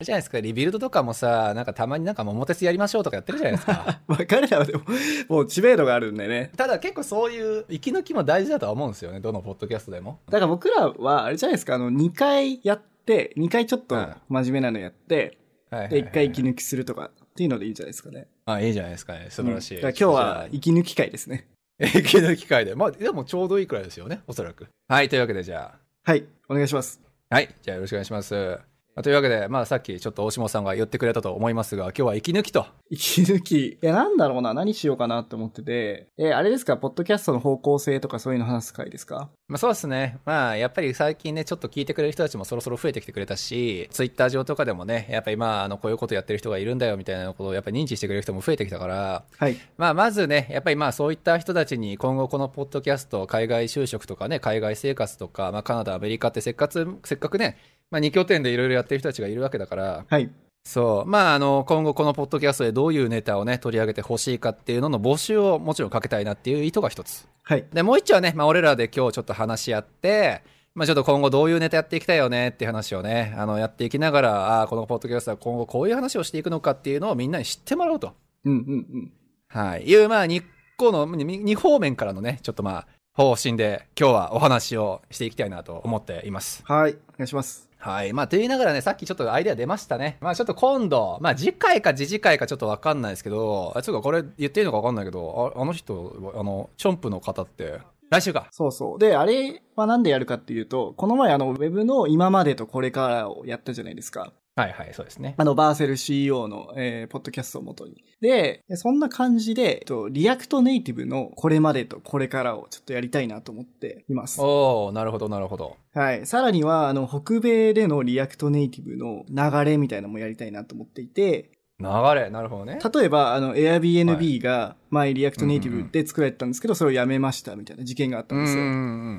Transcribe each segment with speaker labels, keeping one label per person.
Speaker 1: じゃないですか、リビルドとかもさ、なんかたまになんか桃鉄やりましょうとかやってるじゃないですか。
Speaker 2: まあ、彼らはでも、もう知名度があるんでね。
Speaker 1: ただ結構そういう息抜きも大事だとは思うんですよね、どのポッドキャストでも。
Speaker 2: だから僕らは、あれじゃないですか、あの、2回やって、2回ちょっと
Speaker 1: うん
Speaker 2: 真面目なのやって、
Speaker 1: はいはいは
Speaker 2: で、
Speaker 1: い
Speaker 2: 1回息抜きするとかっていうのでいいんじゃないですかね。
Speaker 1: あ、いいじゃないですかね、素晴らしい。
Speaker 2: うんだから今日は息抜き会ですね。
Speaker 1: 息抜き会で。まあ、でもちょうどいいくらいですよね、おそらく。はい、というわけでじゃあ。
Speaker 2: はい、お願いします。
Speaker 1: はい、じゃあよろしくお願いします。まあというわけで、まあさっきちょっと大下さんが言ってくれたと思いますが、今日は息抜きと。
Speaker 2: 息抜き。いや、なんだろうな、何しようかなって思ってて、えーあれですか、ポッドキャストの方向性とかそういうの話す会ですか
Speaker 1: まあそうですね。まあやっぱり最近ね、ちょっと聞いてくれる人たちもそろそろ増えてきてくれたし、ツイッター上とかでもね、やっぱ今、あの、こういうことやってる人がいるんだよみたいなことをやっぱ認知してくれる人も増えてきたから、
Speaker 2: はい。
Speaker 1: まあまずね、やっぱりまあそういった人たちに今後このポッドキャスト、海外就職とかね、海外生活とか、まあカナダ、アメリカってせっかく、せっかくね、まあ2拠点でいろいろやってる人たちがいるわけだから、
Speaker 2: はい。
Speaker 1: そう。まあ、あの、今後このポッドキャストでどういうネタをね、取り上げてほしいかっていうのの募集をもちろんかけたいなっていう意図が一つ。
Speaker 2: はい。
Speaker 1: で、もう一丁はね、まあ、俺らで今日ちょっと話し合って、まあ、ちょっと今後どういうネタやっていきたいよねっていう話をね、あの、やっていきながら、ああ、このポッドキャストは今後こういう話をしていくのかっていうのをみんなに知ってもらおうと。
Speaker 2: うんうんうん。
Speaker 1: はい。いう、まあ、日光の、に二方面からのね、ちょっとまあ、方針で今日はお話をしていきたいなと思っています。
Speaker 2: はい、お願いします。
Speaker 1: はい。まあ、と言いながらね、さっきちょっとアイデア出ましたね。まあ、ちょっと今度、まあ、次回か次々回かちょっとわかんないですけど、あ、ちょっとこれ言っていいのかわかんないけど、ああの人、あの、チョンプの方って、来週か。
Speaker 2: そうそう。で、あれはなんでやるかっていうと、この前あの、ウェブの今までとこれからをやったじゃないですか。
Speaker 1: はいはい、そうですね。
Speaker 2: あの、バーセル CEO の、えーポッドキャストをもとに。で、そんな感じで、えっと、リアクトネイティブのこれまでとこれからをちょっとやりたいなと思っています。
Speaker 1: おおなるほど、なるほど。
Speaker 2: はい。さらには、あの、北米でのリアクトネイティブの流れみたいなのもやりたいなと思っていて、
Speaker 1: 流れ、なるほどね。
Speaker 2: 例えば、あの、
Speaker 1: は
Speaker 2: Airbnb
Speaker 1: い
Speaker 2: が前リアクトネイティブで作られてたんですけど、それをやめましたみたいな事件があった
Speaker 1: うん
Speaker 2: ん
Speaker 1: う
Speaker 2: ですよ。
Speaker 1: んう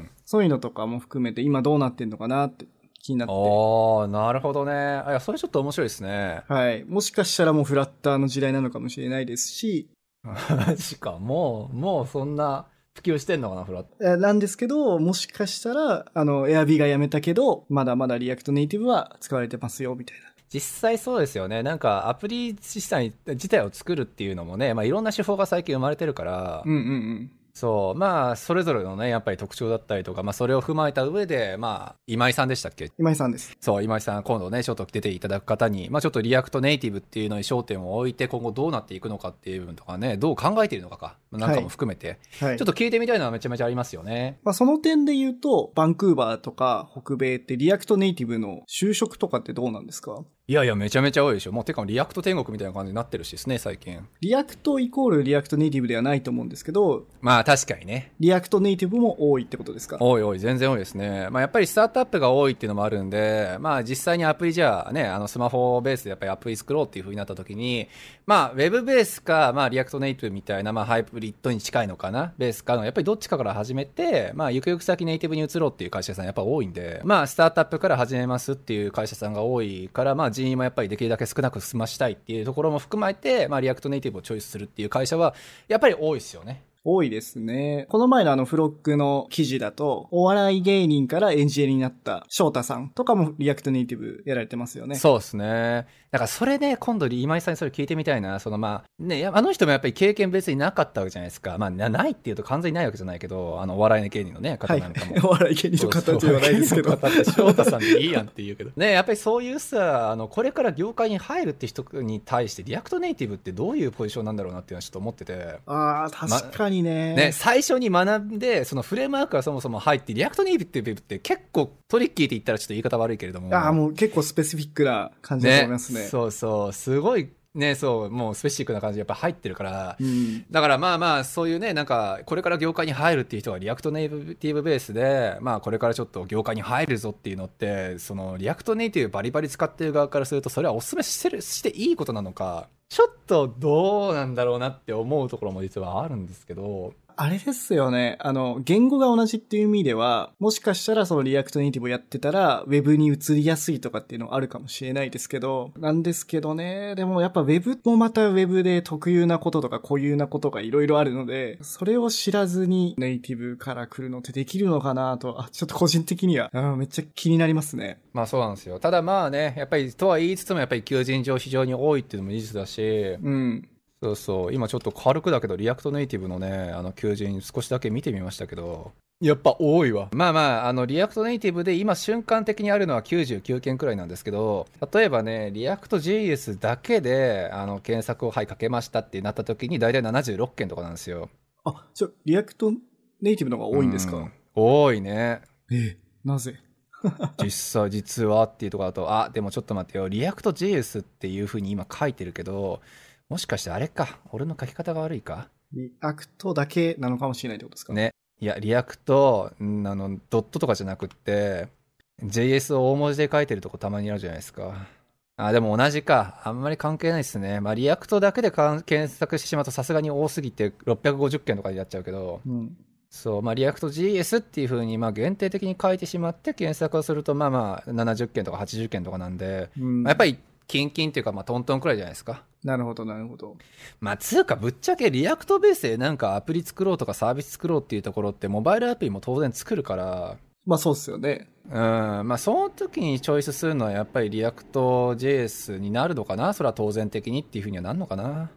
Speaker 1: ん。
Speaker 2: そういうのとかも含めて、今どうなってんのかなって気になって。
Speaker 1: おー、なるほどね。あいや、それちょっと面白いですね。
Speaker 2: はい。もしかしたらもうフラッターの時代なのかもしれないですし、
Speaker 1: マジか、もう、もうそんな普及してんのかな、フラット。
Speaker 2: えーなんですけど、もしかしたら、あの、エアビーがやめたけど、まだまだリアクトネイティブは使われてますよ、みたいな。
Speaker 1: 実際そうですよね。なんかアプリ自体自体を作るっていうのもね、まあ、いろんな手法が最近生まれてるから、
Speaker 2: うんうんうん。
Speaker 1: そう、まあ、それぞれのね、やっぱり特徴だったりとか、まあ、それを踏まえた上で、まあ、今井さんでしたっけ
Speaker 2: 今井さんです。
Speaker 1: そう、今井さん、今度ね、ちょっと出ていただく方に、まあ、ちょっとリアクトネイティブっていうのに焦点を置いて、今後どうなっていくのかっていう部分とかね、どう考えているのかか、まあなんかも含めて、
Speaker 2: はい。
Speaker 1: ちょっと聞いてみたいのはめちゃめちゃありますよね。
Speaker 2: まあ、その点で言うと、バンクーバーとか北米ってリアクトネイティブの就職とかってどうなんですか
Speaker 1: いやいや、めちゃめちゃ多いでしょ。もう、てか、リアクト天国みたいな感じになってるしですね、最近。
Speaker 2: リアクトイコールリアクトネイティブではないと思うんですけど、
Speaker 1: まあ、確かにね。
Speaker 2: リアクトネイティブも多いってことですか
Speaker 1: 多い多い、全然多いですね。まあ、やっぱりスタートアップが多いっていうのもあるんで、まあ、実際にアプリじゃあね、あの、スマホベースでやっぱりアプリ作ろうっていう風になった時に、まあ、ウェブベースか、まあ、リアクトネイティブみたいな、まあ、ハイブリッドに近いのかな、ベースかの、やっぱりどっちかから始めて、まあ、ゆくゆく先ネイティブに移ろうっていう会社さんやっぱ多いんで、まあ、スタートアップから始めますっていう会社さんが多いから、まあ、人員もやっぱりできるだけ少なく済ましたいっていうところも含めて、まあ、リアクトネイティブをチョイスするっていう会社は、やっぱり多いですよね。
Speaker 2: 多いですね。この前のあのフロックの記事だと、お笑い芸人からエンジニアになった翔太さんとかもリアクトネイティブやられてますよね。
Speaker 1: そうですね。だからそれね、今度今井さんにそれ聞いてみたいな。そのまあ、ね、やあの人もやっぱり経験別になかったわけじゃないですか。まあ、なないっていうと完全にないわけじゃないけど、あの、お笑いの芸人のね、方
Speaker 2: はい
Speaker 1: なんかも。。
Speaker 2: お笑い芸人の方ではないですけど。
Speaker 1: そうそう翔太さんでいいやんって言うけど。 ね、やっぱりそういうさ、あの、これから業界に入るって人に対して、リアクトネイティブってどういうポジションなんだろうなっていうのはちょっと思ってて。
Speaker 2: ああ、確かにね。
Speaker 1: ね、最初に学んで、そのフレームワークがそもそも入って、リアクトネイティブって結構トリッキーって言ったらちょっと言い方悪いけれども。
Speaker 2: ああ、もう結構スペシフィックな感じだと思いますね。
Speaker 1: そうそうすごいね、そう、もうスペシックな感じでやっぱ入ってるから、
Speaker 2: うん。
Speaker 1: だからまあまあ、そういうね、なんか、これから業界に入るっていう人は、リアクトネイティブベースで、まあ、これからちょっと業界に入るぞっていうのって、その、リアクトネイティブバリバリ使ってる側からすると、それはお勧めしてる、していいことなのか、ちょっとどうなんだろうなって思うところも実はあるんですけど、
Speaker 2: あれですよね。あの、言語が同じっていう意味では、もしかしたらそのリアクトネイティブをやってたら、ウェブに移りやすいとかっていうのはあるかもしれないですけど、なんですけどね。でもやっぱウェブもまたウェブで特有なこととか固有なことがいろいろあるので、それを知らずにネイティブから来るのってできるのかなと、あ、ちょっと個人的には、うんめっちゃ気になりますね。
Speaker 1: まあそうなんですよ。ただまあね、やっぱり、とは言いつつも、やっぱり求人上非常に多いっていうのも事実だし、
Speaker 2: うん。
Speaker 1: そうそう、今ちょっと軽くだけど、リアクトネイティブのね、あの求人少しだけ見てみましたけど、やっぱ多いわ。まあまあ、あの、リアクトネイティブで今瞬間的にあるのは99件くらいなんですけど、例えばね、リアクト JS だけで、あの、検索をはいかけましたってなった時に、だいたい76件とかなんですよ。
Speaker 2: あ、ちょ、リアクトネイティブの方が多いんですか、
Speaker 1: う多いね。
Speaker 2: ええ、なぜ
Speaker 1: 実際実はっていうところだとあでもちょっと待ってよリアクト JS っていうふうに今書いてるけどもしかしてあれか俺の書き方が悪いか
Speaker 2: リアクトだけなのかもしれないってことですか
Speaker 1: ねいやリアクトんあのドットとかじゃなくって JS を大文字で書いてるとこたまにあるじゃないですかあでも同じかあんまり関係ないですねまあリアクトだけでかん検索してしまうとさすがに多すぎて650件とかになっちゃうけど
Speaker 2: うん。
Speaker 1: そう、まあ、リアクト GS っていうふうに、まあ、限定的に書いてしまって、検索をすると、まあまあ、70件とか80件とかなんで、
Speaker 2: うん
Speaker 1: まあやっぱり、キンキンっていうか、まあ、トントンくらいじゃないですか。
Speaker 2: なるほど、なるほど。
Speaker 1: まあ、つうか、ぶっちゃけ、リアクトベースでなんかアプリ作ろうとかサービス作ろうっていうところって、モバイルアプリも当然作るから、
Speaker 2: まあそうっすよね。
Speaker 1: うん、まあ、その時にチョイスするのは、やっぱりリアクト JS になるのかなそれは当然的にっていうふうにはなるのかな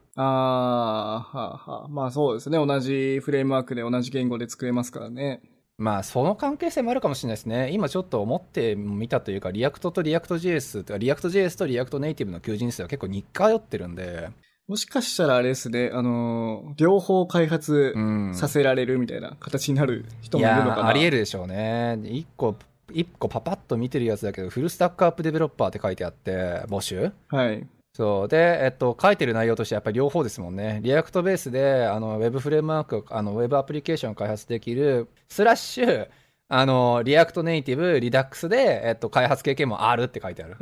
Speaker 2: ああ、はあはあ。まあそうですね。同じフレームワークで同じ言語で作れますからね。
Speaker 1: まあその関係性もあるかもしれないですね。今ちょっと思ってみたというか、リアクトとリアクト JS とか、リアクト JS とリアクトネイティブの求人数は結構似通ってるんで、
Speaker 2: もしかしたらあれですね、あのー両方開発
Speaker 1: うん。
Speaker 2: させられるみたいな形になる人
Speaker 1: い
Speaker 2: もいるの
Speaker 1: や
Speaker 2: かな。
Speaker 1: ーあり得るでしょうね。一個、一個パパッと見てるやつだけど、フルスタックアップデベロッパーって書いてあって、募集
Speaker 2: はい。
Speaker 1: そう。で、えっと、書いてる内容としてやっぱり両方ですもんね。リアクトベースで、あの、ウェブフレームワーク、あの、ウェブアプリケーションを開発できる、スラッシュ、あの、リアクトネイティブ、リダックスで、えっと、開発経験もあるって書いてあ る。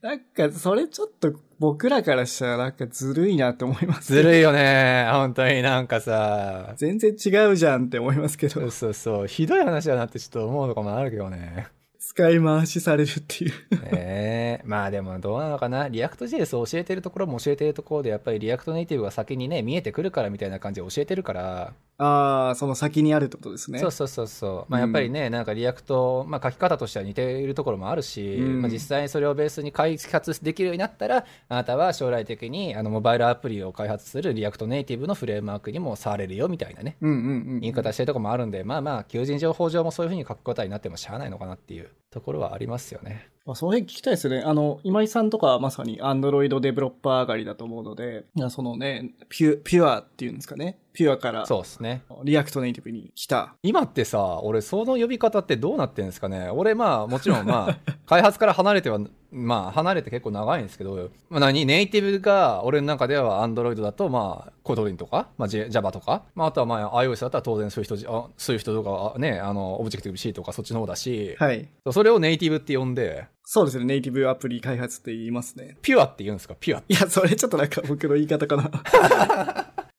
Speaker 2: なんか、それちょっと僕らからしたらなんかずるいなって思います。
Speaker 1: ず
Speaker 2: い。
Speaker 1: るいよね。本当になんかさ。
Speaker 2: 全然違うじゃんって思いますけ
Speaker 1: そう
Speaker 2: ど、
Speaker 1: そうそう。ひどい話だなってちょっと思うとこもあるけどね。
Speaker 2: 使い回しされるっていう。
Speaker 1: ええまあでもどうなのかな。リアクト JS を教えてるところも教えてるところで、やっぱりリアクトネイティブが先にね、見えてくるからみたいな感じで教えてるから。
Speaker 2: ああ、その先にあるってことですね。
Speaker 1: そうそうそうそう。まあやっぱりね、なんかリアクト、まあ書き方としては似ているところもあるし、
Speaker 2: うん
Speaker 1: まあ実際にそれをベースに開発できるようになったら、あなたは将来的にあのモバイルアプリを開発するリアクトネイティブのフレームワークにも触れるよみたいなね。
Speaker 2: うんうんうん。
Speaker 1: 言い方してるとこもあるんで、まあまあ、求人情報上もそういうふうに書くことになってもしゃあないのかなっていうところはありますよね。
Speaker 2: まあ、その辺聞きたいですよね。あの、今井さんとかはまさに Android デベロッパー上がりだと思うので、いやそのね、ピュピュアっていうんですかね。ピュアから、
Speaker 1: そうですね。
Speaker 2: リアクトネイティブに来た。
Speaker 1: 今ってさ、俺、その呼び方ってどうなってんですかね。俺、まあ、もちろん、まあ、開発から離れては、まあ、離れて結構長いんですけど、まあ、何、ネイティブが、俺の中では Android だと、まあ、コドリンとか、まあ、J- Java とか、まあ、あとは、まあ、iOS だったら当然、そういう人じ、あそういう人とかはね、あの、オブジェクティブ C とかそっちの方だし、
Speaker 2: はい。
Speaker 1: それをネイティブって呼んで、
Speaker 2: そうですね、ネイティブアプリ開発って言いますね。
Speaker 1: ピュアって言うんですか、ピュアって。
Speaker 2: いや、それちょっとなんか僕の言い方 かな。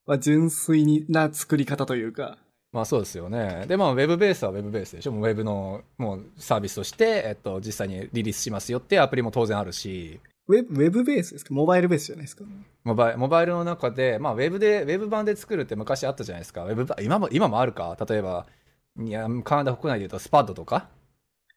Speaker 2: まあ、純粋にな作り方というか。
Speaker 1: まあそうですよね。で、まあ、ウェブベースはウェブベースでしょ。もうウェブのもうサービスとして、えっと、実際にリリースしますよっていうアプリも当然あるし、
Speaker 2: ウェブウェブベースですかモバイルベースじゃないですか
Speaker 1: モバイモバイルの中で、まあ、ウェブで、ウェブ版で作るって昔あったじゃないですか。ウェブ版今も、今もあるか。例えば、いやカナダ国内で言うと、スパッドとか、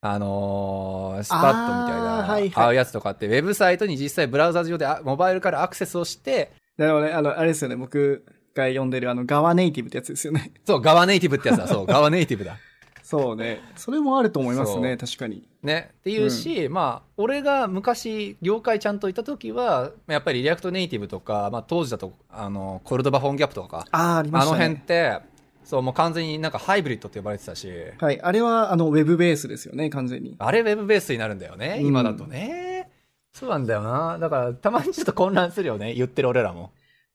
Speaker 1: あのースパッドみたいな、
Speaker 2: あーはいはい
Speaker 1: ああいうやつとかって、ウェブサイトに実際ブラウザ上であモバイルからアクセスをして、
Speaker 2: なるほどね。あの、あれですよね。僕が読んでるあの、ガワネイティブってやつですよね。
Speaker 1: そう、側ネイティブってやつだ。 そう、側ネイティブだ。
Speaker 2: そうね。それもあると思います
Speaker 1: そ
Speaker 2: ね。
Speaker 1: う
Speaker 2: 確かに。
Speaker 1: ね、っていうし、まあ俺が昔業界ちゃんといた時はやっぱりリアクトネイティブとか、まあ、当時だとあのコルドバフォンギャップとか、
Speaker 2: ああ、ありま
Speaker 1: あ
Speaker 2: した
Speaker 1: の
Speaker 2: ね。
Speaker 1: 辺ってそうもう完全になんかハイブリッドって呼ばれてたし、
Speaker 2: はい。あれは、あの、ウェブベースですよね、完全に。
Speaker 1: あれウェブベースになるんだよね
Speaker 2: うん
Speaker 1: 今だとね、そうなんだよな。だから、たまにちょっと混乱するよね。言ってる俺らも。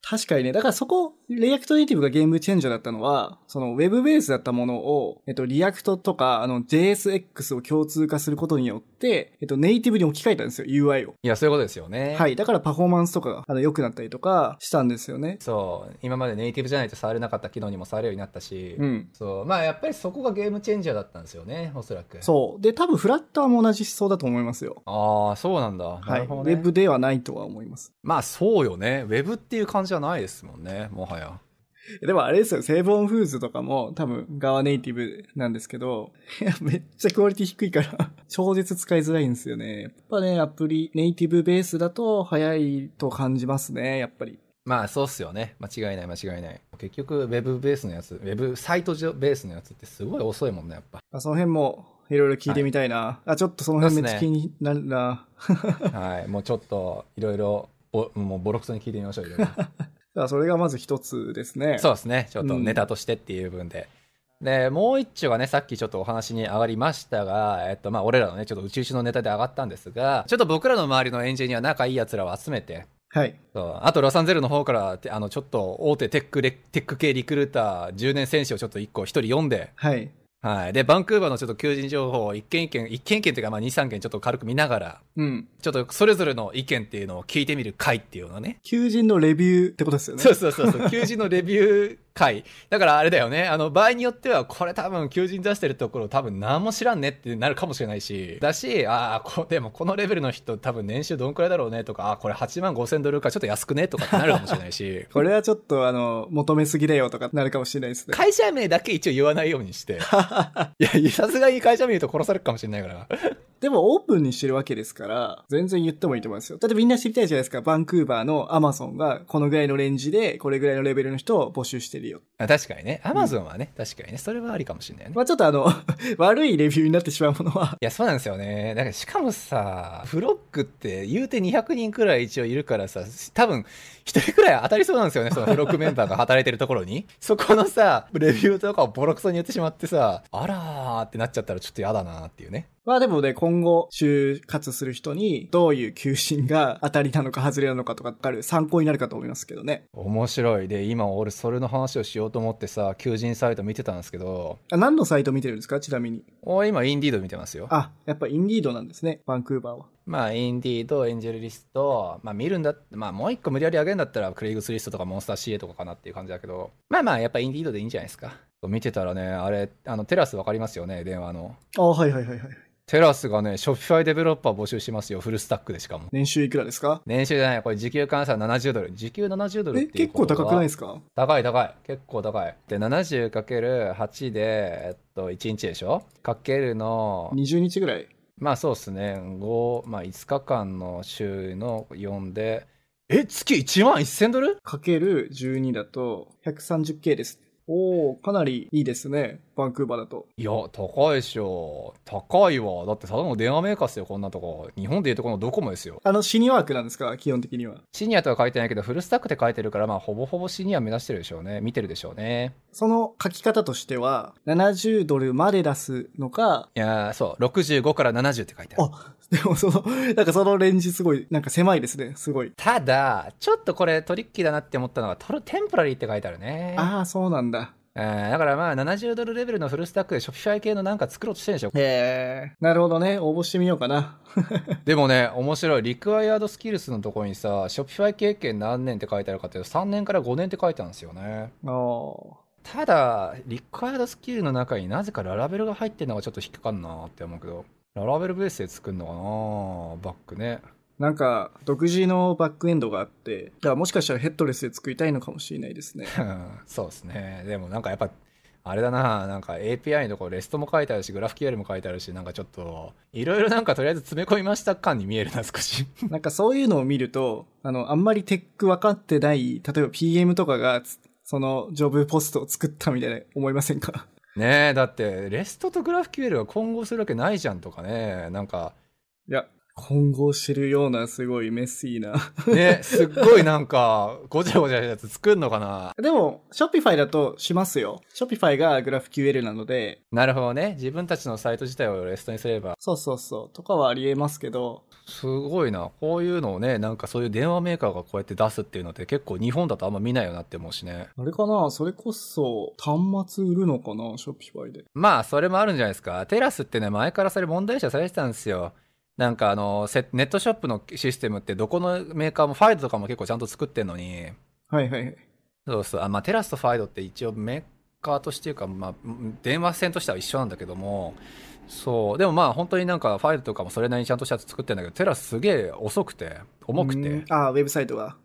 Speaker 2: 確かにね。だからそこ、リアクトネイティブがゲームチェンジャーだったのは、そのウェブベースだったものを、えっと、リアクトとか、あの、JSX を共通化することによって、えっと、ネイティブに置き換えたんですよ、UI を。
Speaker 1: いや、そういうことですよね。
Speaker 2: はい。だからパフォーマンスとかが、あの、良くなったりとかしたんですよね。
Speaker 1: そう。今までネイティブじゃないと触れなかった機能にも触れるようになったし。
Speaker 2: うん。
Speaker 1: そう。まあ、やっぱりそこがゲームチェンジャーだったんですよね。おそらく。う。
Speaker 2: そう。で、多分フラッターも同じ思想だと思いますよ。
Speaker 1: ああ、そうなんだ。
Speaker 2: は。
Speaker 1: ないる
Speaker 2: ウ
Speaker 1: ほどね。
Speaker 2: ェブではないとは思います。
Speaker 1: まあ、そうよね。ウェブっていう感じじゃないですもんね。もはや。
Speaker 2: でもあれですよ、セーブオンフーズとかも多分側ネイティブなんですけど、 いやめっちゃクオリティ低いから、超絶使いづらいんですよね。やっぱね、アプリ、ネイティブベースだと早いと感じますね、やっぱり。
Speaker 1: まあそうっすよね。間違いない間違いない。結局、ウェブベースのやつ、ウェブサイト上ベースのやつってすごい遅いもんね、やっぱ。
Speaker 2: まあその辺もいろいろ聞いてみたいな。あ、ちょっとその辺めっちゃ気になるな。
Speaker 1: はい。もうちょっと、いろいろ、ぼもうボロクソに聞いてみましょう、いろいろ
Speaker 2: だからそれがまず一つですね。
Speaker 1: そうですね。ちょっと
Speaker 2: うん
Speaker 1: ネタとしてっていう部分で。で、もう一丁がね、さっきちょっとお話に上がりましたが、えっと、まあ俺らのね、ちょっと宇宙中のネタで上がったんですが、ちょっと僕らの周りのエンジニア、仲いい奴らを集めて、
Speaker 2: はい。
Speaker 1: そうあとロサンゼルの方からてあのちょっと大手テックレテック系リクルーター10年選手をちょっと1個1人読んで
Speaker 2: はい。
Speaker 1: はい。で、バンクーバーのちょっと求人情報を一件一件、一件一件というか、まあ、二三件ちょっと軽く見ながら、
Speaker 2: うん。
Speaker 1: ちょっとそれぞれの意見っていうのを聞いてみる回っていうのをね。
Speaker 2: 求人のレビューってことですよ ね。、
Speaker 1: そうそうそうそう、 求人のレビュー回。だからあれだよね、あの、場合によっては、これ多分求人出してるところ多分何も知らんねってなるかもしれないし、だし、ああ、こでもこのレベルの人多分年収どんくらいだろうねとか、あーこれ8万5千ドルかちょっと安くねとかってなるかもしれないし
Speaker 2: これはちょっとあの、求めすぎだよとかなるかもしれないですね。
Speaker 1: 会社名だけ一応言わないようにして。いや、さすがに会社名言うと殺されるかもしれないから。
Speaker 2: でもオープンにしてるわけですから、全然言ってもいいと思いますよ。だってみんな知りたいじゃないですか。バンクーバーのアマゾンがこのぐらいのレンジで、これぐらいのレベルの人を募集してるよ。
Speaker 1: あ確かにね。アマゾンはね、確かにね、それはありかもしれないよね。
Speaker 2: まあちょっとあの、 悪いレビューになってしまうものは、
Speaker 1: いや、そうなんですよね。だから、しかもさ、フロックって言うて200人くらい一応いるからさ、多分、1人くらい当たりそうなんですよね、そのフロックメンバーが働いてるところに。 そこのさ、レビューとかをボロクソに言ってしまってさ、あらーってなっちゃったらちょっと嫌だなっていうね。
Speaker 2: まあでもね、今後、就活する人に、どういう求心が当たりなのか外れなのかとかわかる参考になるかと思いますけどね。
Speaker 1: 面白い。で、今俺、それの話をしようと思ってさ、求人サイト見てたんですけど、
Speaker 2: あ何のサイト見てるんですかちなみに。
Speaker 1: お今、インディード見てますよ。
Speaker 2: あ、やっぱインディードなんですね。バンクーバーは。
Speaker 1: まあ、インディード、エンジェルリスト、まあ、見るんだまあ、もう一個無理やり上げるんだったら、クレイグスリストとかモンスター CA とかかなっていう感じだけど、まあまあ、やっぱインディードでいいんじゃないですか。見てたらね、あれ、あの、テラスわかりますよね、電話の。
Speaker 2: あ、はいはいはいはい。
Speaker 1: テラスがね、ショッピファイデベロッパー募集しますよ、フルスタックでしかも。
Speaker 2: 年収いくらですか
Speaker 1: 年収じゃない、これ時給換算70ドル。時給70ドルっ
Speaker 2: え、
Speaker 1: ていう
Speaker 2: 結
Speaker 1: こ
Speaker 2: 構
Speaker 1: と
Speaker 2: 高くない
Speaker 1: い
Speaker 2: ですか
Speaker 1: 高い高い。結構高い。で、70×8 で、えっと、1日でしょかけるの、
Speaker 2: ?20 日ぐらい。
Speaker 1: まあそうですね、5、まあ、5日間の週の4で、え、月1万1000ドル
Speaker 2: かける12だと 130K です。おおかなりいいですね。バンクーバーだと。
Speaker 1: いや、高いでしょ。高いわ。だって、ただの電話メーカーっすよ、こんなとこ。日本でいうとこのドコモですよ。
Speaker 2: あの、シニワークなんですか基本的には。
Speaker 1: シニアとは書いてないけど、フルスタックって書いてるから、まあ、ほぼほぼシニア目指してるでしょうね。見てるでしょうね。
Speaker 2: その書き方としては、70ドルまで出すのか、
Speaker 1: いやー、そう、65から70って書いてある。
Speaker 2: あ、でもその、なんかそのレンジすごい、なんか狭いですね。すごい。
Speaker 1: ただ、ちょっとこれトリッキーだなって思ったのが、トルテンプラリーって書いてあるね。
Speaker 2: ああ、そうなんだ。
Speaker 1: えーだからまあ、70ドルレベルのフルスタックでショッピファイ系のなんか作ろうとしてるんでしょ。
Speaker 2: へえ。なるほどね。応募してみようかな。
Speaker 1: でもね、面白い。リクワイアードスキルスのところにさ、ショッピファイ経験何年って書いてあるかっていうと、3年から5年って書いてあるんですよね。
Speaker 2: お
Speaker 1: ただ、リクワイアードスキルの中になぜかララベルが入ってるのがちょっと引っかかんなって思うけど、ララベルベースで作るのかなバックね。
Speaker 2: なんか、独自のバックエンドがあって、だからもしかしたらヘッドレスで作りたいのかもしれないですね。
Speaker 1: うんそうですね。でもなんかやっぱ、あれだな、なんか API のところ、レストも書いてあるし、グラフ q l も書いてあるし、なんかちょっと、いろいろなんかとりあえず詰め込みました感に見えるな、少し。
Speaker 2: なんかそういうのを見ると、あの、あんまりテック分かってない、例えば PM とかがつ、そのジョブポストを作ったみたいな思いませんか
Speaker 1: ねえ、だって、レストとグラフ q l が混合するわけないじゃんとかね、なんか、
Speaker 2: いや、混合してるようなすごいメッシーな。
Speaker 1: ね、すっごいなんか、ごちゃごちゃしたやつ作んのかな
Speaker 2: でも、Shopify だとしますよ。Shopify が GraphQL なので、
Speaker 1: なるほどね。自分たちのサイト自体をレストにすれば。
Speaker 2: そうそうそう、とかはありえますけど、
Speaker 1: すごいな。こういうのをね、なんかそういう電話メーカーがこうやって出すっていうのって結構日本だとあんま見ないよなって思うしね。
Speaker 2: あれかなそれこそ、端末売るのかな ?Shopify で。
Speaker 1: まあ、それもあるんじゃないですか。テラスってね、前からそれ問題視はされてたんですよ。なんかあの、せネットショップのシステムってどこのメーカーもファイドとかも結構ちゃんと作ってんのに、
Speaker 2: はいはいはい。
Speaker 1: そうそう。あ、まあ、テラスとファイドって一応メーカーとしていうか、まあ、うん電話線としては一緒なんだけども、そう。でもまあ、本当になんか、ファイドとかもそれなりにちゃんとしたやつ作ってんだけど、テラスすげえ遅くて、重く
Speaker 2: うん
Speaker 1: て。
Speaker 2: ああ、ウェブサイトが。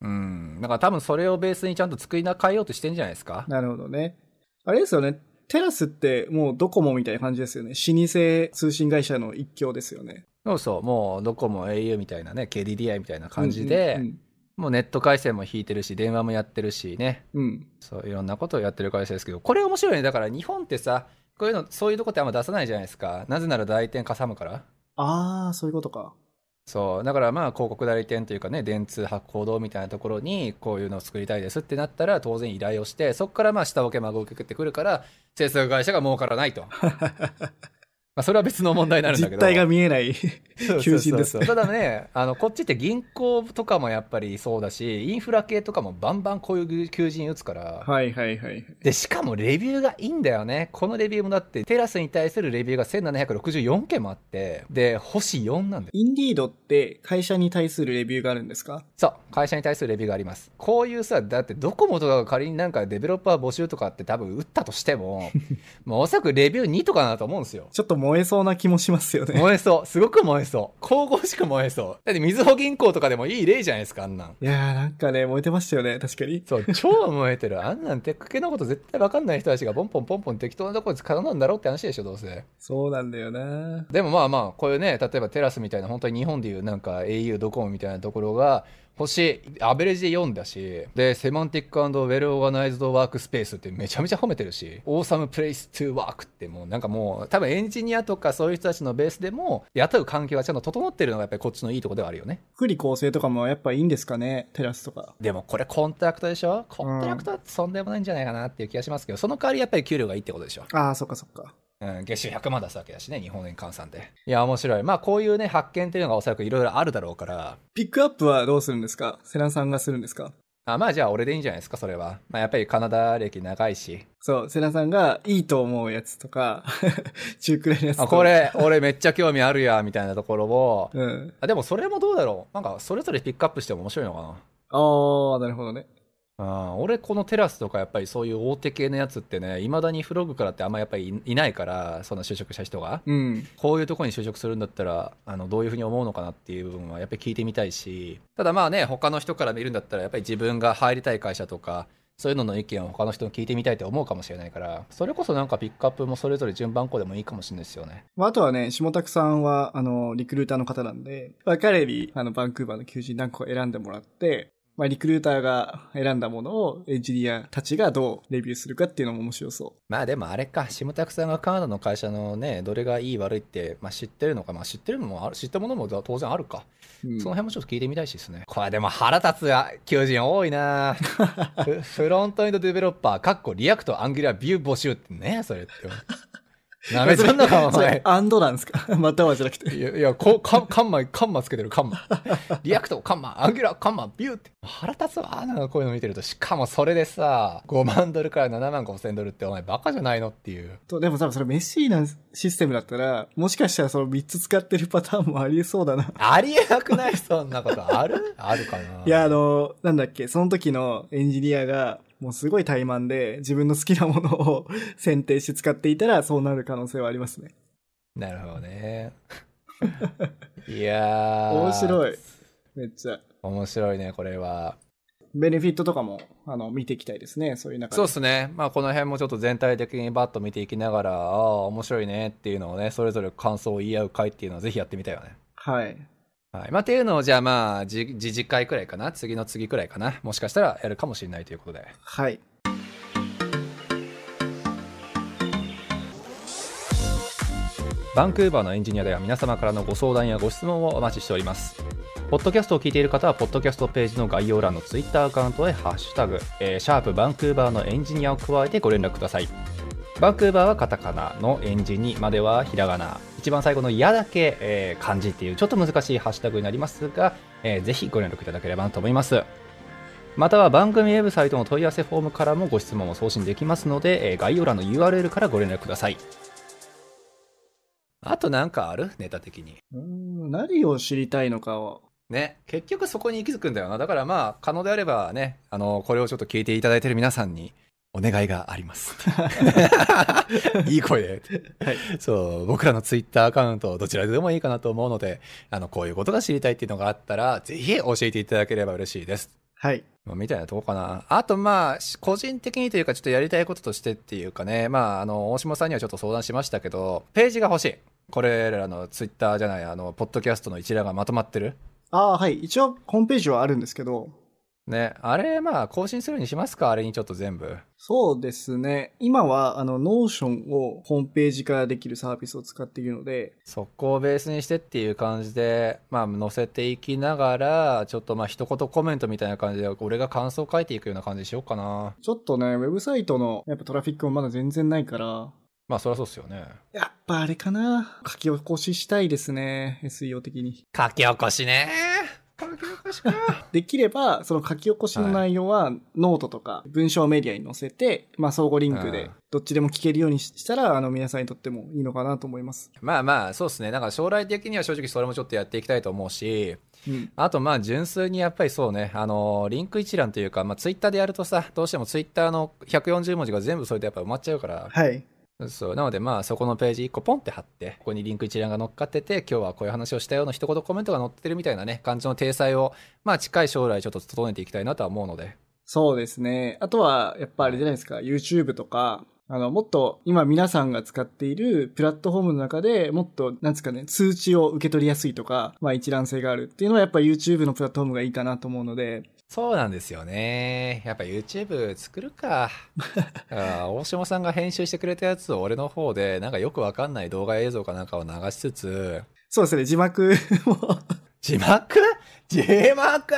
Speaker 1: うん。だから多分それをベースにちゃんと作りな変えようとしてんじゃないですか。
Speaker 2: なるほどね。あれですよね。テラスってもうドコモみたいな感じですよね。老舗通信会社の一強ですよね。
Speaker 1: そうそう。もう、ドコモ au みたいなね、KDDI みたいな感じで、
Speaker 2: うんうん
Speaker 1: もうネット回線も引いてるし、電話もやってるしね。
Speaker 2: うん、うん
Speaker 1: そういろんなことをやってる会社ですけどこれ面白いねだから日本ってさこういうのそういうとこってあんま出さないじゃないですかなぜなら代理店かさむから
Speaker 2: ああ、そういうことか。
Speaker 1: そうだからまあ広告代理店というかね電通博報堂みたいなところにこういうのを作りたいですってなったら当然依頼をしてそこからまあ下請け孫請けってくるから制作会社が儲からない とまあそれは別の問題になるんだけ
Speaker 2: 実
Speaker 1: ど
Speaker 2: 態が見えない。
Speaker 1: そう
Speaker 2: 求人です
Speaker 1: そうそうそうただねあのこっちって銀行とかもやっぱりそうだしインフラ系とかもバンバンこういう求人打つから、
Speaker 2: はいはいはい。
Speaker 1: で、しかもレビューがいいんだよね。このレビューもだって、テラスに対するレビューが1764件もあって、で、星4なんだよ。
Speaker 2: インディードって会社に対するレビューがあるんですか
Speaker 1: そう、会社に対するレビューがあります。こういうさ、だってドコモとかが仮になんかデベロッパー募集とかって多分打ったとしても、もうおそらくレビュー2とかだと思うんですよ。
Speaker 2: ちょっと燃えそうな気もしますよね。
Speaker 1: 燃えそう。すごく燃えそう。神々しく燃えそう。だって、みずほ銀行とかでもいい例じゃないですか、あんなん。
Speaker 2: いやーなんかね、燃えてましたよね、確かに。
Speaker 1: そう、超燃えてる。あんなん、テック系のこと絶対わかんない人たちがポンポンポンポン適当なとこで絡んだろうって話でしょ、どうせ。
Speaker 2: そうなんだよな
Speaker 1: でもまあまあこういうね例えばテラスみたいな本当に日本でいうなんか au ドコモみたいなところが星アベレージで4だしでセマンティックウェルオーガナイズドワークスペースってめちゃめちゃ褒めてるしオーサムプレイストゥワークってもうなんかもう多分エンジニアとかそういう人たちのベースでも雇う環境がちゃんと整ってるのがやっぱりこっちのいいところではあるよね
Speaker 2: 福利厚生とかもやっぱいいんですかね、テラスとか。
Speaker 1: でもこれコントラクトでしょコントラクトはそんでもないんじゃないかなっていう気がしますけどその代わりやっぱり給料がいいってことでしょ
Speaker 2: ああ、そっかそっか。
Speaker 1: うん、月収100万出すわけだしね、日本円換算で。いや、面白い。まあ、こういうね、発見っていうのがおそらくいろいろあるだろうから、
Speaker 2: ピックアップはどうするんですかセナさんがするんですか
Speaker 1: あまあ、じゃあ俺でいいんじゃないですか、それは。まあ、やっぱりカナダ歴長いし。
Speaker 2: そう、セナさんがいいと思うやつとか、 中くらいのやつと
Speaker 1: あ、
Speaker 2: か。
Speaker 1: こ。れ、俺めっちゃ興味あるや、みたいなところを。
Speaker 2: うん。
Speaker 1: あでも、それもどうだろう。なんか、それぞれピックアップしても面白いのかな。
Speaker 2: ああ、なるほどね。
Speaker 1: うん、俺、このテラスとか、やっぱりそういう大手系のやつってね、いまだにフログからってあんまやっぱりいいないから、その就職した人が。
Speaker 2: うん。
Speaker 1: こういうところに就職するんだったらあのどういうふうに思うのかなっていう部分はやっぱり聞いてみたいしただまあね他の人から見るんだったらやっぱり自分が入りたい会社とかそういうのの意見を他の人に聞いてみたいと思うかもしれないからそれこそなんかピックアップもそれぞれ順番こうでもいいかもしれないですよね
Speaker 2: まあ、あとはね、下拓さんは、あの、リクルーターの方なんで、まあ、彼に、あの、バンクーバーの求人何個か選んでもらって、まあ、リクルーターが選んだものをエンジニアたちがどうレビューするかっていうのも面白そ
Speaker 1: まあでもあれか下拓さんがカナダの会社のねどれがいい悪いって、まあ、知ってるのか、まあ、知ってるのもある知ったものも当然あるか、
Speaker 2: う。うん
Speaker 1: その辺もちょっと聞いてみたいしですねこれでも腹立つが求人多い なフフロントエンドデベロッパーかっこリアクトアンギュラビュー募集ってねそれってなめてんのかお
Speaker 2: それ
Speaker 1: 前
Speaker 2: アンドなんですか またはじゃなくて。
Speaker 1: いやいやこうカンカンマカンマつけてるカンマリアクトカンマアンギュラカンマビューって腹立つわなんかこういうの見てるとしかもそれでさ5万ドルから7万5千ドルってお前バカじゃないのっていう
Speaker 2: とでも多分それメッシーなシステムだったら、もしかしたらその3つ使ってるパターンもありえそうだな。
Speaker 1: ありえなくないそんなことあるあるかない
Speaker 2: や、あの、なんだっけ、その時のエンジニアが、もうすごい怠慢で、自分の好きなものを選定して使っていたら、そうなる可能性はありますね。
Speaker 1: なるほど ねいやー
Speaker 2: 面白い。めっちゃ。
Speaker 1: 面白いねこれは
Speaker 2: ベネフィットとかも、あの、見ていきたいですね。そういう中で。
Speaker 1: そうですねまあこの辺もちょっと全体的にバッと見ていきながらああ面白いねっていうのをねそれぞれ感想を言い合う会っていうのはぜひやってみたいよね
Speaker 2: はい。
Speaker 1: はいまあっていうのをじゃあまあじ次次回くらいかな次の次くらいかなもしかしたらやるかもしれないということで
Speaker 2: はい。
Speaker 3: バンクーバーのエンジニアでは皆様からのご相談やご質問をお待ちしておりますポッドキャストを聞いている方は、ポッドキャストページの概要欄のツイッターアカウントへハッシュタグ、えーシャープバンクーバーのエンジニアを加えてご連絡ください。バンクーバーはカタカナのエンジニまではひらがな。一番最後のやだけ、えー漢字っていうちょっと難しいハッシュタグになりますが、えーぜひご連絡いただければなと思います。または番組ウェブサイトの問い合わせフォームからもご質問を送信できますので、えー概要欄の URL からご連絡ください。
Speaker 1: あとなんかあるネタ的に。
Speaker 2: うーん何を知りたいのかを。
Speaker 1: ね。結局そこに息づくんだよな。だからまあ、可能であればね、あの、これをちょっと聞いていただいてる皆さんに、お願いがあります。 いい声で、
Speaker 2: はい
Speaker 1: そう、僕らのツイッターアカウント、どちらでもいいかなと思うので、あの、こういうことが知りたいっていうのがあったら、ぜひ教えていただければ嬉しいです。
Speaker 2: はい。
Speaker 1: まあみたいなとこかな。あと、まあ、し個人的にというか、ちょっとやりたいこととしてっていうかね、まあ、あの、大島さんにはちょっと相談しましたけど、ページが欲しい。これらのツイッターじゃない、あの、ポッドキャストの一覧がまとまってる。
Speaker 2: ああ、はい。一応、ホームページはあるんですけど、
Speaker 1: ね、あれ、まあ、更新するにしますかあれにちょっと全部。
Speaker 2: そうですね。今は、あの、ノーションをホームページからできるサービスを使っているので、
Speaker 1: そこをベースにしてっていう感じで、まあ、載せていきながら、ちょっとまあ、一言コメントみたいな感じで、俺が感想を書いていくような感じにしようかな。
Speaker 2: ちょっとね、ウェブサイトの、やっぱトラフィックもまだ全然ないから、
Speaker 1: まあ、そりゃそうっすよね。
Speaker 2: やっぱあれかな。書き起こししたいですね。SEO 的に。
Speaker 1: 書き起こしね。書き起こしか。
Speaker 2: できれば、その書き起こしの内容は、ノートとか文章メディアに載せて、まあ、相互リンク
Speaker 1: う
Speaker 2: で
Speaker 1: ん、
Speaker 2: どっちでも聞けるようにしたら、あの、皆さんにとってもいいのかなと思います。
Speaker 1: まあまあ、そうですね。だから将来的には正直それもちょっとやっていきたいと思うし、
Speaker 2: うん。
Speaker 1: あとまあ純粋にやっぱりそうね、あのーリンク一覧というか、まあツイッターでやるとさ、どうしてもツイッターの140文字が全部それでやっぱ埋まっちゃうから、
Speaker 2: はい。
Speaker 1: そう。なのでまあそこのページ1個ポンって貼って、ここにリンク一覧が乗っかってて、今日はこういう話をしたような一言コメントが載ってるみたいなね、感じの体裁を、まあ近い将来ちょっと整えていきたいなとは思うので。
Speaker 2: そうですね。あとは、やっぱあれじゃないですか、YouTube とか、あの、もっと今皆さんが使っているプラットフォームの中でもっと、なんですかね、通知を受け取りやすいとか、まあ一覧性があるっていうのはやっぱ YouTube のプラットフォームがいいかなと思うので、
Speaker 1: そうなんですよね。やっぱ YouTube 作る か。あー大島さんが編集してくれたやつを俺の方で、なんかよくわかんない動画映像かなんかを流しつつ、
Speaker 2: そうですね、字幕も、
Speaker 1: 字幕字幕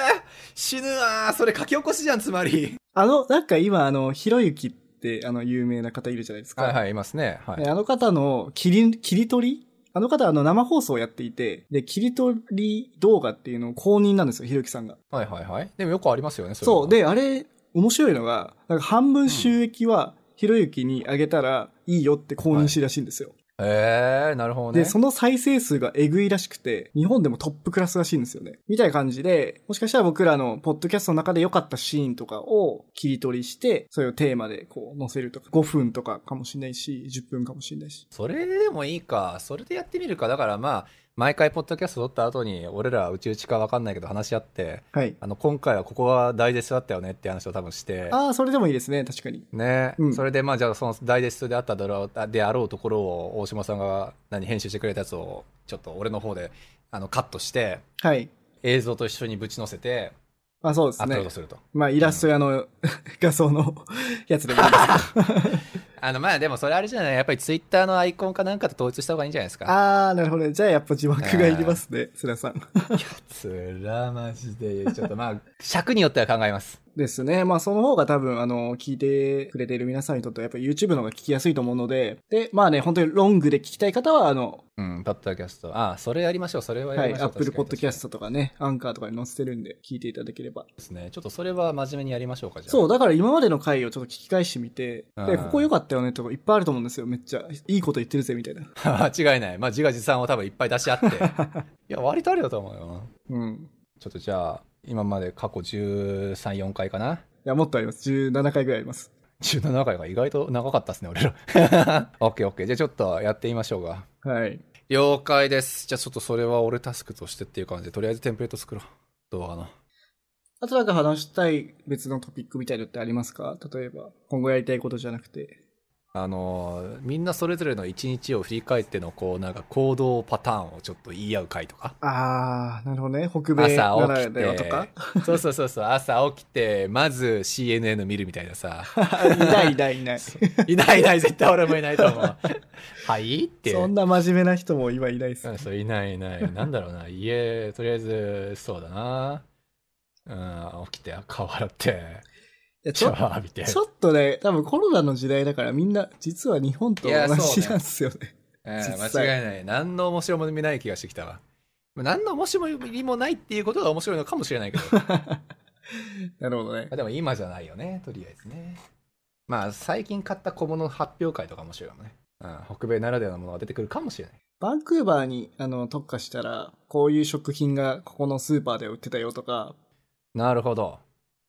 Speaker 1: 死ぬわーそれ書き起こしじゃん、つまり。
Speaker 2: あの、なんか今、あの、ひろゆきって、あの、有名な方いるじゃないですか。
Speaker 1: はいはい、いますね。はい。
Speaker 2: であの方の切り、切り取りあの方はあの生放送をやっていて、で、切り取り動画っていうのを公認なんですよ、ひろゆきさんが。
Speaker 1: はいはいはい。でもよくありますよね、れは
Speaker 2: そう。、で、あれ、面白いのが、なんか半分収益は、ひろゆきにあげたらいいよって公認してるらしいんですよ。
Speaker 1: えー、なるほどね。
Speaker 2: で、その再生数がえぐいらしくて、日本でもトップクラスらしいんですよね。みたいな感じで、もしかしたら僕らのポッドキャストの中で良かったシーンとかを切り取りして、それをテーマでこう載せるとか、5分とかかもしれないし、10分かもしれないし。
Speaker 1: それでもいいか。それでやってみるか。だからまあ、毎回ポッドキャスト撮った後に、俺らうちうちかわかんないけど話し合って、
Speaker 2: はい。
Speaker 1: あの、今回はここは大絶だったよねって話を多分して。
Speaker 2: ああ、それでもいいですね、確かに。
Speaker 1: ね、
Speaker 2: うん
Speaker 1: それでまあじゃあその大デスであっただろうあであろうところを大島さんが何編集してくれたやつをちょっと俺の方であのカットして
Speaker 2: はい。
Speaker 1: 映像と一緒にぶち載せて
Speaker 2: まあそう
Speaker 1: ア
Speaker 2: です
Speaker 1: ップロー
Speaker 2: ね
Speaker 1: ド。すると、
Speaker 2: まあイラスト屋の 画像のやつでもいいです か。
Speaker 1: あのまあでもそれあれじゃないやっぱりツイッターのアイコンかなんかと統一した方がいいんじゃないですか
Speaker 2: ああ、なるほどね。じゃあやっぱ字幕がいりますね、須田さん。
Speaker 1: つらまじでちょっとまあ尺によっては考えます
Speaker 2: ですね。まあ、その方が多分、あの、聞いてくれている皆さんにとっては、やっぱ YouTube の方が聞きやすいと思うので、で、まあね、本当にロングで聞きたい方は、あの、
Speaker 1: うんパッドキャストああそれやりましょうそれはや
Speaker 2: は
Speaker 1: り
Speaker 2: い、
Speaker 1: ましょう、
Speaker 2: Apple
Speaker 1: 確かに
Speaker 2: Podcast とかね、アンカーとかに載せてるんで、聞いていただければ。
Speaker 1: ですねちょっとそれは真面目にやりましょうかじゃあ
Speaker 2: そう、だから今までの回をちょっと聞き返してみて、
Speaker 1: う
Speaker 2: で、
Speaker 1: ん
Speaker 2: ここ良かったよねとかいっぱいあると思うんですよ、めっちゃ。いいこと言ってるぜ、みたいな。
Speaker 1: 間違いないまあ自画自賛を多分いっぱい出し合 っていや割とあるよと思うよ
Speaker 2: うん。
Speaker 1: ちょっとじゃあ、今まで過去13、4回かな。
Speaker 2: いや、もっとあります。17回ぐらいあります。
Speaker 1: 17回が意外と長かったですね、俺ら。 オッケーオッケー。じゃあちょっとやってみましょうが。
Speaker 2: はい。
Speaker 1: 了解です。じゃあちょっとそれは俺タスクとしてっていう感じで、とりあえずテンプレート作ろう。動画の。
Speaker 2: あとなんか話したい別のトピックみたいなのってありますか例えば、今後やりたいことじゃなくて。
Speaker 1: あのみんなそれぞれの一日を振り返ってのこうなんか行動パターンをちょっと言い合う会とか
Speaker 2: あー、なるほどね。北米な
Speaker 1: 朝
Speaker 2: ら
Speaker 1: 起
Speaker 2: ではとか
Speaker 1: き。て そうそうそうそう朝起きてまず CNN 見るみたいなさ
Speaker 2: い ないいないいない。
Speaker 1: いないいない絶対俺もいないと思う はいって
Speaker 2: そんな真面目な人も今いないです
Speaker 1: う。んそういないい ないなんだろうな家とりあえずそうだなうん起きて顔洗 って
Speaker 2: いやち
Speaker 1: シャ
Speaker 2: ょ
Speaker 1: ワー浴びて
Speaker 2: ちょっとね、多分コロナの時代だからみんな、実は日本と同
Speaker 1: いやそう
Speaker 2: じ
Speaker 1: ね
Speaker 2: なんですよね。
Speaker 1: ええ
Speaker 2: 実際
Speaker 1: 間違いない。何の面白みない気がしてきたわ。まあ何の面白みもないっていうことが面白いのかもしれ ないけど。ま
Speaker 2: なるほどね
Speaker 1: あ。でも今じゃないよね、とりあえずね。まあ最近買った小物の発表会とか面白いよね。うん、北米ならではのものが出てくるかもしれない。
Speaker 2: バンクーバーにあの特化したら、こういう食品がここのスーパーで売ってたよとか、
Speaker 1: なるほど。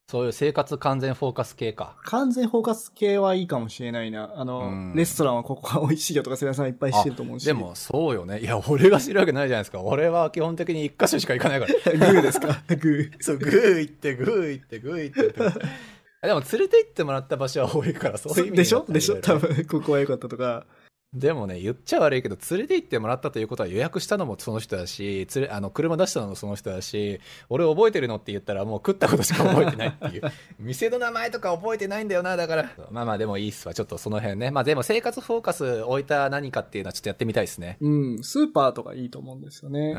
Speaker 1: そういう生活完全フォーカス系か。
Speaker 2: 完全包括系はいいかもしれないな。あの、
Speaker 1: うん
Speaker 2: レストランはここは美味しいよとか、セラさんいっぱいしてると思うし。
Speaker 1: で、もそうよね。いや、俺が知るわけないじゃないですか。俺は基本的に一箇所しか行かないから。
Speaker 2: グーですかグー。
Speaker 1: そう、 グー行って、グー行って、グー行って って。でも連れて行ってもらった場所は多いから、そういう意味
Speaker 2: でしょ
Speaker 1: は
Speaker 2: でしょ
Speaker 1: いろいろ
Speaker 2: 多分、ここは良かったとか。
Speaker 1: でもね、言っちゃ悪いけど、連れて行ってもらったということは予約したのもその人だし、連れあの車出したのもその人だし、俺覚えてるのって言ったらもう食ったことしか覚えてないって いう。店の名前とか覚えてないんだよな、だから。まあまあでもいいっすわ、ちょっとその辺ね。まあでも生活フォーカス置いた何かっていうのはちょっとやってみたいですね。
Speaker 2: うん、スーパーとかいいと思うんですよ
Speaker 1: う
Speaker 2: ね。
Speaker 1: ん。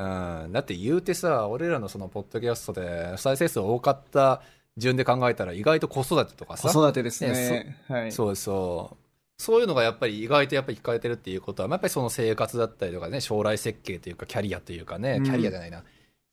Speaker 1: だって言うてさ、俺らのそのポッドキャストで再生数多かった順で考えたら意外と子育てとか
Speaker 2: 子
Speaker 1: さ。
Speaker 2: 育てですね
Speaker 1: ね。
Speaker 2: はい。
Speaker 1: そうそう。そういうのがやっぱり意外とやっぱり聞かれてるっていうことは、まあやっぱりその生活だったりとかね、将来設計というか、キャリアというかね
Speaker 2: う、ん
Speaker 1: キャリアじゃないな。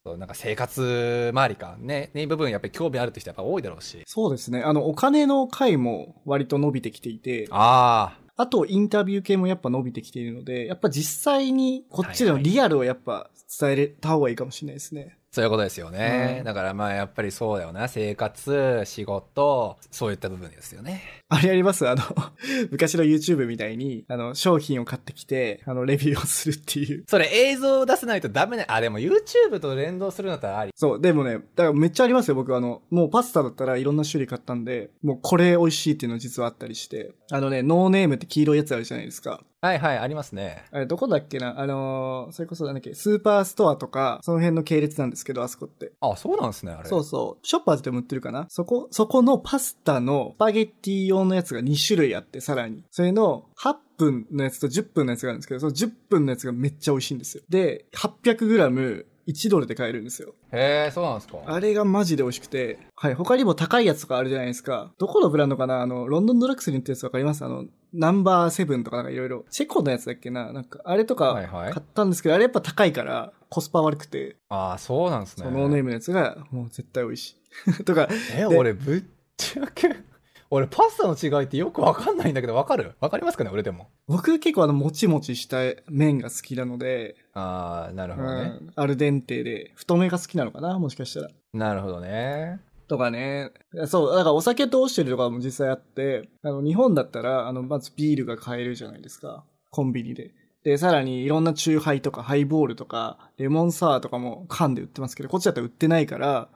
Speaker 1: そうなんか生活周りかね、ね、部分やっぱり興味あるって人やっぱ多いだろうし。
Speaker 2: そうですね。あの、お金の回も割と伸びてきていて、
Speaker 1: ああ、
Speaker 2: あとインタビュー系もやっぱ伸びてきているので、やっぱ実際にこっちでのリアルをやっぱ伝えれた方がいいかもしれないですね。
Speaker 1: そういうことですよね。
Speaker 2: うん
Speaker 1: だからまあやっぱりそうだよな、生活、仕事、そういった部分ですよね。
Speaker 2: あれやりますあの、 昔の YouTube みたいに、あの、商品を買ってきて、あの、レビューをするっていう。
Speaker 1: それ映像を出さないとダメね。あ、でも YouTube と連動するのったらあり。
Speaker 2: そう、でもね、だからめっちゃありますよ、僕。あの、もうパスタだったらいろんな種類買ったんで、もうこれ美味しいっていうの実はあったりして。あのね、ノーネームって黄色いやつあるじゃないですか。
Speaker 1: はいはい、ありますね。
Speaker 2: あれ、どこだっけなあのーそれこそなんだっけ、スーパーストアとか、その辺の系列なんですけど、あそこって。
Speaker 1: あ、そうなんですね、あれ。
Speaker 2: そうそう。ショッパーズでも売ってるかなそこ、そこのパスタのスパゲッティ用のやつが2種類あって、さらに。それの8分のやつと10分のやつがあるんですけど、その10分のやつがめっちゃ美味しいんですよ。で、800g1 ドルで買えるんですよ。
Speaker 1: へえ、そうなんですか。
Speaker 2: あれがマジで美味しくて。はい。他にも高いやつとかあるじゃないですか。どこのブランドかなあの、ロンドンドラッグスに売ってるやつわかりますあの、ナンバーセブンとかなんかいろいろ。チェコのやつだっけななんか、あれと
Speaker 1: はい
Speaker 2: か
Speaker 1: はい
Speaker 2: 買。ったんですけど、あれやっぱ高いから、コスパ悪くて、
Speaker 1: ああ、そうなんですね。
Speaker 2: そのノーネームのやつが、もう絶対美味しい。 とか、
Speaker 1: え
Speaker 2: で
Speaker 1: 俺ぶっちゃけ俺パスタの違いってよくわかんないんだけどわかるわかりますかね俺でも
Speaker 2: 僕結構あの、もちもちした麺が好きなので、
Speaker 1: ああなる
Speaker 2: う
Speaker 1: ほどね、
Speaker 2: ん、アルデンテで、太めが好きなのかなもしかしたら。
Speaker 1: なるほどね
Speaker 2: とかね。そう、だからお酒通してるとかも実際あって、あの、日本だったら、あの、まずビールが買えるじゃないですか。コンビニで。で、さらにいろんなチューハイとかハイボールとか、レモンサワーとかも缶で売ってますけど、こっちだったら売ってないから、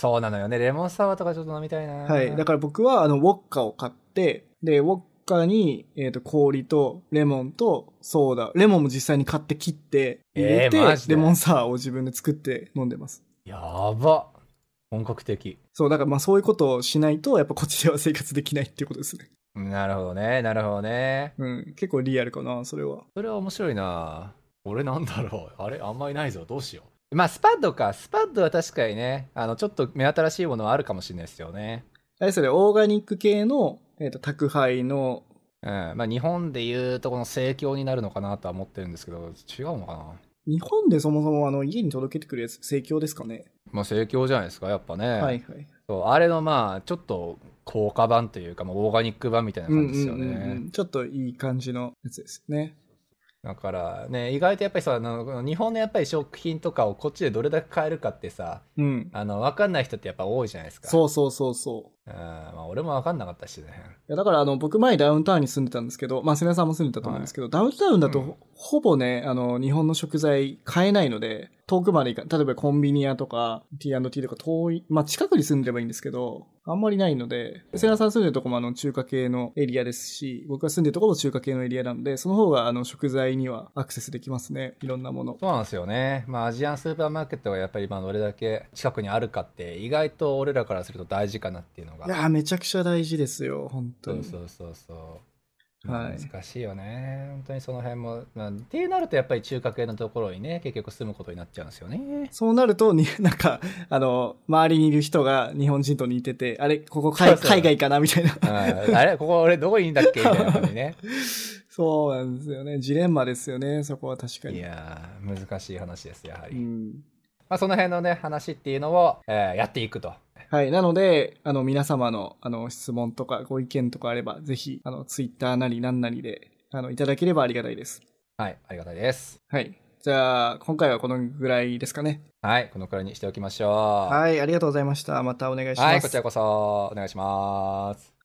Speaker 1: そうなのよねレモンサワーとかちょっと飲みたいな
Speaker 2: はい。だ
Speaker 1: か
Speaker 2: から僕は、あの、ウォッカを買って、で、ウォッカに、えっ、と、氷と、レモンと、ソーダ。レモンも実際に買って切って、入れて、
Speaker 1: えーマジで
Speaker 2: レモンサワーを自分で作って飲んでます。
Speaker 1: らやば本格的
Speaker 2: そう、だからまあそういうことをしないと、やっぱこっちでは生活できないっていうことですね。
Speaker 1: なるほどねなるほどね
Speaker 2: うん、結構リアルかな、それは。
Speaker 1: それは面白いな俺なんだろうあれあんまりないぞどうしようまあスパッドかスパッドは確かにねあのちょっと目新しいものはあるかもしれないですよね
Speaker 2: あれそれ、オーガニック系の、えっ、と、宅配の、
Speaker 1: うんまあ日本でいうとこの盛況になるのかなとは思ってるんですけど違うのかな
Speaker 2: 日本でそもそもあの、家に届けてくるやつ、盛況ですかね。
Speaker 1: まあ盛況じゃないですかやっぱね、
Speaker 2: はいはい。
Speaker 1: そうあれのまあちょっと高価版というか、まあ、オーガニック版みたいな
Speaker 2: うん
Speaker 1: 感
Speaker 2: う
Speaker 1: じ
Speaker 2: ん
Speaker 1: ですよね、
Speaker 2: うんうん。ちょっといい感じのやつですね。
Speaker 1: だからね意外とやっぱりさあの日本のやっぱり食品とかをこっちでどれだけ買えるかってさ
Speaker 2: うん。
Speaker 1: あの分かんない人ってやっぱ多いじゃないですか
Speaker 2: そうそうそうそう。
Speaker 1: うんまあ、俺も分かんなかったしね。
Speaker 2: いやだからあの、僕前ダウンタウンに住んでたんですけど、まあ、セナさんも住んでたと思うんですけど、ダウンタウンだとほほぼね、あの、日本の食材買えないので、遠くまで行か、例えばコンビニ屋とか、T&T とか遠い、まあ、近くに住んでればいいんですけど、あんまりないので、セナさん住んでるとこもあの、中華系のエリアですし、僕が住んでるとこも中華系のエリアなんで、その方があの、食材にはアクセスできますね。いろんなもの。
Speaker 1: そうなんですよね。まあ、アジアンスーパーマーケットがやっぱりまあどれだけ近くにあるかって、意外と俺らからすると大事かなっていうのが。
Speaker 2: いやー、めちゃくちゃ大事ですよ、本当
Speaker 1: そ
Speaker 2: に。
Speaker 1: うそうそうそう。ま
Speaker 2: はい
Speaker 1: あ難しいよね。本当にその辺も。まあ、ってなるとやっぱり中華系のところにね、結局住むことになっちゃうんですよね。
Speaker 2: そうなると、に なんか、あの、周りにいる人が日本人と似てて、あれ、ここ
Speaker 1: そ
Speaker 2: 海
Speaker 1: うそう
Speaker 2: 海外かなみたいな。
Speaker 1: うんあれここ俺どこにいるんだっけみたいな感じね。
Speaker 2: そうなんですよね。ジレンマですよね、そ こは確か
Speaker 1: い
Speaker 2: に。
Speaker 1: やー、難しい話です、やは
Speaker 2: う
Speaker 1: り。
Speaker 2: ん、
Speaker 1: まあ、その辺のね、話っていうのを、えーやっていくと。
Speaker 2: はい。なので、あの、皆様の、あの、質問とかご意見とかあれば、ぜひ、あの、ツイッターなりなんなりで、あの、いただければありがたいです。
Speaker 1: はい、ありがたいです。
Speaker 2: はい。じゃあ、今回はこのぐらいですかね。
Speaker 1: はい、このくらいにしておきましょう。
Speaker 2: はい、ありがとうございました。またお願いします。
Speaker 1: はい、こちらこそお願いします。